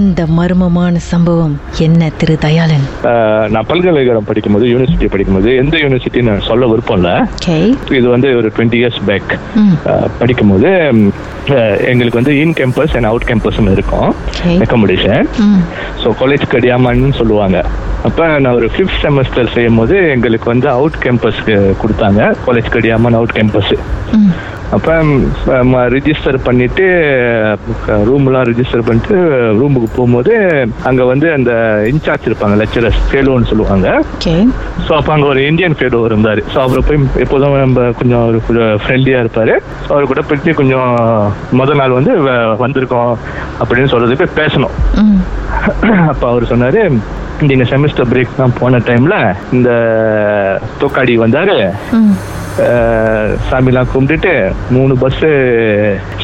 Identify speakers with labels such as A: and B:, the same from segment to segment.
A: இந்த மர்மமான சம்பவம் என்ன திரு தயாளன்
B: ஆஹ் நான் பல்கலைக்கழகம் படிக்கும்போது யூனிவர்சிட்டி படிக்கும்போது எந்த யூனிவர்சிட்டின்னு நான் சொல்ல விருப்பம் இல்லை
A: ஓகே
B: இது வந்து ஒரு டுவெண்ட்டி இயர்ஸ் பேக்
A: ம்
B: படிக்கும்போது ம், ஆஹ் எங்களுக்கு வந்து இன் கேம்பஸ் அண்ட் அவுட் கேம்பஸ்னு இருக்கும்
A: Okay.
B: அக்கமடேஷன்
A: ம்
B: ஸோ காலேஜ் கடியாமான்னு சொல்லுவாங்க அப்போ நான் ஒரு ஃபிஃப்த் செமஸ்டர் செய்யும்போது எங்களுக்கு வந்து அவுட் கேம்பஸ்க்கு கொடுத்தாங்க காலேஜ் கடியாமான் அவுட் கேம்பஸ்
A: ம்
B: அப்போ ரிஜிஸ்டர் பண்ணிட்டு ரூம்லாம் ரிஜிஸ்டர் பண்ணிட்டு ரூமுக்கு போகும்போது அங்கே வந்து அந்த இன்சார்ஜ் இருப்பாங்க லெக்சரர்ஸ் ஃபேலோன்னு சொல்லுவாங்க
A: ஓகே
B: ஸோ அப்போ அங்கே ஒரு இந்தியன் ஃபேலோ இருந்தார் ஸோ அவரை போய் எப்போதும் நம்ம கொஞ்சம் ஒரு ஃப்ரெண்ட்லியாக இருப்பார் அவர் கூட பற்றி கொஞ்சம் முதல் நாள் வந்து வ- வந்திருக்கோம் அப்படின்னு சொல்கிறது போய் பேசணும்
A: ம்
B: அப்ப அவர் சொன்னாரு நீங்க செமஸ்டர் பிரேக் தான் போன டைம்ல இந்த தோக்காடி வந்தாரு
A: ம்
B: அஹ், சாமிலாம் கும்பிட்டுட்டு மூணு பஸ்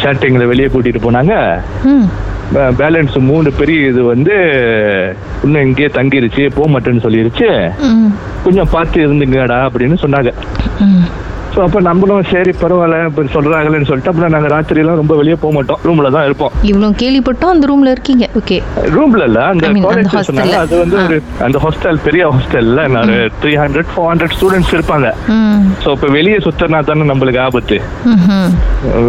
B: ஷாட்டிங்ல வெளியே கூட்டிட்டு போனாங்க
A: ம்
B: பேலன்ஸ் மூணு பெரிய இது வந்து இன்னும் இங்கேயே தங்கிருச்சு போக மாட்டேன்னு சொல்லிருச்சு
A: ம்
B: கொஞ்சம் பார்த்து இருந்துங்கடா அப்படின்னு சொன்னாங்க
A: ம்
B: ஸோ அப்போ நம்மளும் சரி பரவாயில்ல இப்போ சொல்றாங்களேன்னு சொல்லிட்டு அப்புறம் நாங்கள் ராத்திரியெல்லாம் ரொம்ப வெளியே போக மாட்டோம் ரூம்ல தான் இருப்போம்
A: இவ்வளோ கேள்விப்பட்டோம் அந்த ரூம்ல இருக்கீங்க ஓகே
B: ரூம்ல இல்ல அந்த
A: I mean, அந்த
B: காலேஜ்
A: hostel
B: சொன்னாங்க
A: ல.
B: அது வந்து ஒரு அந்த ஹாஸ்டல் பெரிய ஹாஸ்டல்ல நான் three hundred four hundred students இருப்பாங்க
A: ம்
B: ஸோ இப்போ வெளியே சுத்தினா தானே நம்மளுக்கு ஆபத்து
A: ம்ஹும்.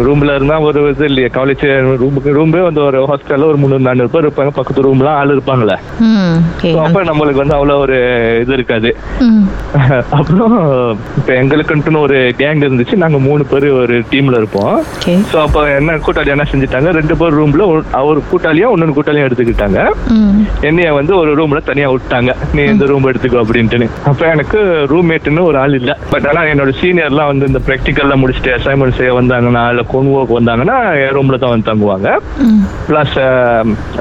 B: ரூம்ல இருந்தா ஒரு இது இல்லையா காலேஜ் ரூமுக்கு ரூம்பு வந்து ஒரு ஹாஸ்டல்ல ஒரு முந்நூறு நானூறு பேர் இருப்பாங்க பக்கத்து ரூம்லாம் ஆள் இருப்பாங்களே
A: ம் ஓகே
B: ஸோ அப்போ நம்மளுக்கு வந்து அவ்வளோ ஒரு இது இருக்காது
A: ம்
B: அப்புறம் இப்போ எங்களுக்குன்ட்டுன்னு ஒரு கேங் இருந்துச்சு நாங்க மூணு பேர் ஒரு டீம்ல இருப்போம்
A: ஓகே
B: ஸோ அப்போ என்ன கூட்டாளி என்ன செஞ்சுட்டாங்க ரெண்டு பேர் ரூம்ல ஒரு கூட்டாளியும் இன்னொரு கூட்டாளியும் எடுத்துக்கிட்டாங்க
A: ம்
B: என்னைய வந்து ஒரு ரூம்ல தனியா விட்டாங்க நீ இந்த ரூம் எடுத்துக்கோ அப்படின்ட்டுன்னு அப்ப எனக்கு ரூம்மேட்னு ஒரு ஆள் இல்ல பட் ஆனா என்னோட சீனியர்லாம் வந்து இந்த ப்ராக்டிக்கல்லாம் முடிச்சுட்டு அசைன்மெண்ட் செய்ய வந்தாங்கன்னா இல்ல கொங்குவோக்கு வந்தாங்கன்னா என் ரூம்ல தான் வந்து தங்குவாங்க um,
A: ம்
B: பிளஸ்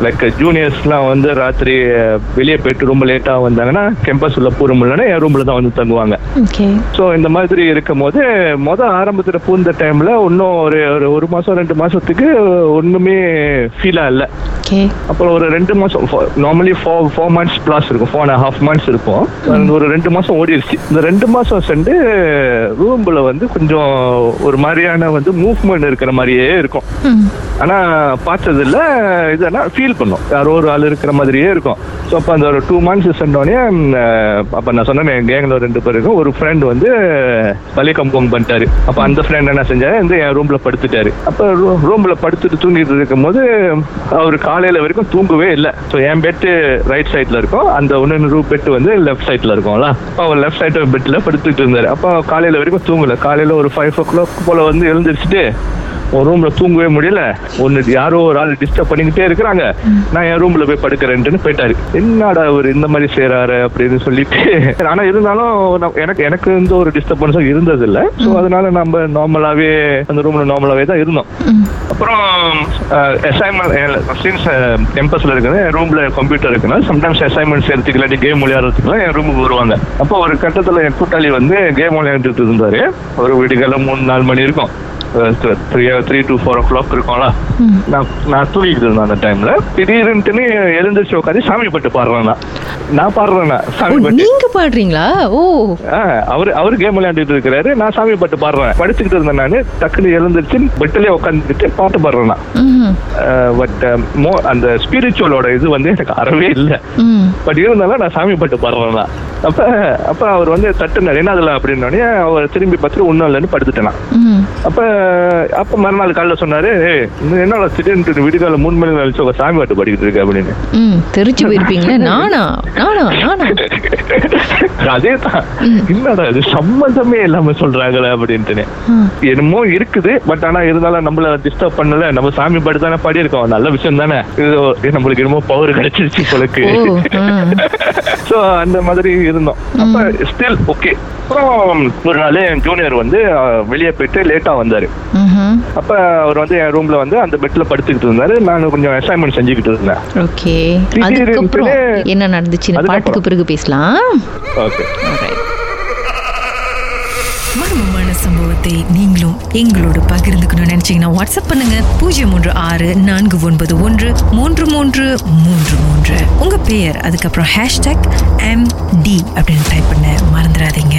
B: லைக் ஜூனியர்ஸ்லாம் வந்து ராத்திரி அஹ், வெளியே போயிட்டு ரொம்ப லேட்டா வந்தாங்கன்னா கேம்பஸ் உள்ள பூரம் இல்லைன்னா என் ரூம்ல தான் வந்து தங்குவாங்க
A: ஓகே
B: ஸோ இந்த மாதிரி இருக்கும் போது முத ஆரம்பத்தில் பூந்த டைம்ல இன்னும் ஒரு ஒரு- ஒரு மாசம் ரெண்டு மாசத்துக்கு ஒண்ணுமே ஃபீலா இல்லை
A: ஓகே
B: அப்புறம் ஒரு ரெண்டு மாசம் normally four four months plus இருக்கும் ஃபோர் அண்ட் ஹாஃப் மந்த்ஸ் இருக்கும் அந்த ஒரு ரெண்டு மாசம் ஓடிடுச்சு இந்த ரெண்டு மாசம் சென்று ரூம்ல வந்து கொஞ்சம் ஒரு மாதிரியான வந்து மூவ்மெண்ட் இருக்கிற மாதிரியே இருக்கும்
A: ம்
B: ஆனா பார்த்ததுல இதுனா ஃபீல் பண்ணும் யாரோ ஒரு ஆள் இருக்கிற மாதிரியே இருக்கும் ஸோ அப்போ அந்த ஒரு டூ மந்த்ஸ் சென்றோடனே அப்போ நான் சொன்னேன் என் கேங்கில் ரெண்டு பேருக்கும் ஒரு ஃப்ரெண்ட் வந்து பலி கம்போங் பண்ணிட்டாரு அப்போ அந்த ஃப்ரெண்ட் என்ன செஞ்சாரு இந்த என் ரூம்ல படுத்துட்டாரு அப்போ ரூம்ல படுத்துட்டு தூங்கிட்டு இருக்கும்போது அவர் காலையில வரைக்கும் தூங்கவே இல்லை ஸோ என் பெட்டு ரைட் சைட்ல இருக்கும் அந்த ஒன்று ரூம் பெட்டு வந்து லெஃப்ட் சைட்ல இருக்கும்ல அப்போ அவர் லெஃப்ட் சைடு பெட்ல படுத்துட்டு இருந்தாரு அப்போ காலையில வரைக்கும் தூங்கல காலையில ஒரு ஃபைவ் ஓ கிளாக் போல வந்து எழுந்திரிச்சிட்டு ஒரு ரூம்ல தூங்கவே முடியல ஒன்னு யாரோ ஒரு ஆள் டிஸ்டர்ப் பண்ணிக்கிட்டே இருக்கிறாங்க நான் என் ரூம்ல போய் படுக்கிறேன்ட்டுன்னு போயிட்டாரு என்னடா அவர் இந்த மாதிரி செய்றாரு அப்படின்னு சொல்லிட்டு ஆனா இருந்தாலும் நான் எனக்கு எனக்கு எந்த ஒரு டிஸ்டர்பன்ஸும் இருந்தது இல்ல ஸோ அதனால நம்ம நார்மலாவே அந்த ரூம்ல நார்மலாவே தான் இருந்தோம்
A: ம்
B: அப்புறம் அசைன்மெண்ட் சின்ஸ் கேம்பஸ்ல இருக்குது என் ரூம்ல கம்ப்யூட்டர் இருக்குன்னா சம்டைம்ஸ் அசைன்மெண்ட்ஸ் எடுத்துக்கு இல்லாட்டி கேம் விளையாடுறதுக்குலாம் என் ரூமுக்கு வருவாங்க அப்போ ஒரு கட்டத்துல என் கூட்டாளி வந்து கேம் விளையாண்டுட்டு இருந்தாரு ஒரு வீடுகளை மூணு நாலு மணி இருக்கும் three three to four o'clock இருக்கும்ல
A: ம்
B: நான் நான் தூங்கிட்டு இருந்தேன் அந்த டைம்ல திடீர்னுட்டுன்னு எழுந்திரிச்சு உட்காந்து சாமி பட்டு பாடுறேன் நான். நான் பாடுறேன்னா
A: ஓ
B: சாமி பட்டு
A: நீங்க பாடுறீங்களா ஓ
B: அவர் அவர் கேம் விளையாண்டுட்டு இருக்காரு நான் சாமி பாட்டு பாடுறேன் படுத்துக்கிட்டு இருந்தேன் நானு டக்குன்னு எழுந்திரிச்சு பெட்டிலே உட்காந்துட்டு பாட்டு பாடுறேன் நான்
A: ம்
B: பட் மோ அந்த ஸ்பிரிச்சுவலோட இது வந்து எனக்கு அறவே இல்லை
A: ம்
B: பட் இருந்தாலும் நான் சாமி பாட்டு பாடுறேன் நான். அப்ப அப்ப அவர் வந்து தட்டுனார் என்ன அதுல அப்படின்னோடனே அவர் திரும்பி பார்த்துட்டு ஒன்றும் இல்லைன்னு படுத்துட்டேன் நான்.
A: ம்
B: அப்ப அப்ப மறுநாள் காலைல சொன்னாரு "ஏய், இன்னும் என்னடா திடீர்னு விடுகால மூணு மணி கழிச்சு உங்க சாமி பாட்டு படிக்கிட்டு இருக்க அப்படின்னு
A: ம் தெரிஞ்சு போயிருப்பீங்களே நானா நானா நானா
B: அதே தான் என்னடா இது சம்மந்தமே இல்லாம சொல்றாங்களே அப்படின்ட்டுன்னு
A: ம்
B: என்னமோ இருக்குது பட் ஆனா இருந்தாலும் நம்மள டிஸ்டர்ப் பண்ணல நம்ம சாமி பாட்டு தானே பாடி இருக்கோம் நல்ல விஷயம் தானே இது ஒரு- நம்மளுக்கு என்னமோ பவர் கிடைச்சிருச்சு போலக்கு
A: ஓ ம்
B: சோ அந்த மாதிரி இருந்தோம் அப்ப ஸ்டில் ஓகே அப்புறம் ஒரு நாள் என் ஜூனியர் வந்து அஹ், வெளியே போயிட்டு லேட்டா வந்தாரு
A: ம்ஹும்.
B: அப்ப அவர் வந்து என் ரூம்ல வந்து அந்த பெட்ல படுத்துக்கிட்டு இருந்தாரு நான் கொஞ்சம் அசைன்மெண்ட் செஞ்சுக்கிட்டு இருந்தேன்
A: ஓகே
B: திடீரென்று
A: அதுக்கப்புறம் என்ன நடந்துச்சு இந்த பாட்டுக்கு
B: அதுக்கப்புறம்.
A: பிறகு பேசலாம்
B: ஓகே
A: மர்மமான
C: சம்பவத்தை நீங்களும் எங்களோடு பகிர்ந்துக்கணும்னு நினைச்சீங்கன்னா வாட்ஸ்அப் பண்ணுங்க பூஜ்ஜியம் மூன்று ஆறு நான்கு ஒன்பது ஒன்று மூன்று மூன்று மூன்று மூன்று உங்க பெயர் அதுக்கப்புறம் ஹேஷ்டாக் எம் டி அப்படின்னு டைப் பண்ண மறந்துடாதீங்க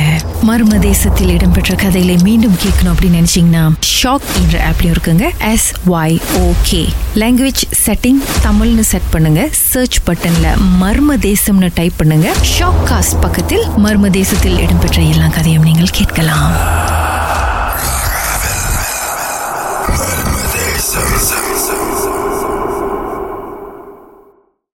C: மர்ம தேசத்தில் இடம்பெற்ற கதைகளை மீண்டும் கேட்கணும் அப்படின்னு நினைச்சீங்கன்னா ஷாக் என்ற ஆப்லயும் இருக்குங்க S Y okay language setting தமிழ்னு செட் பண்ணுங்க சர்ச் பட்டன்ல மர்ம தேசம்னு டைப் பண்ணுங்க ஷாக் காஸ்ட் பக்கத்தில் மர்ம தேசத்தில் இடம்பெற்ற எல்லா கதையும் நீங்கள் கேட்கலாம்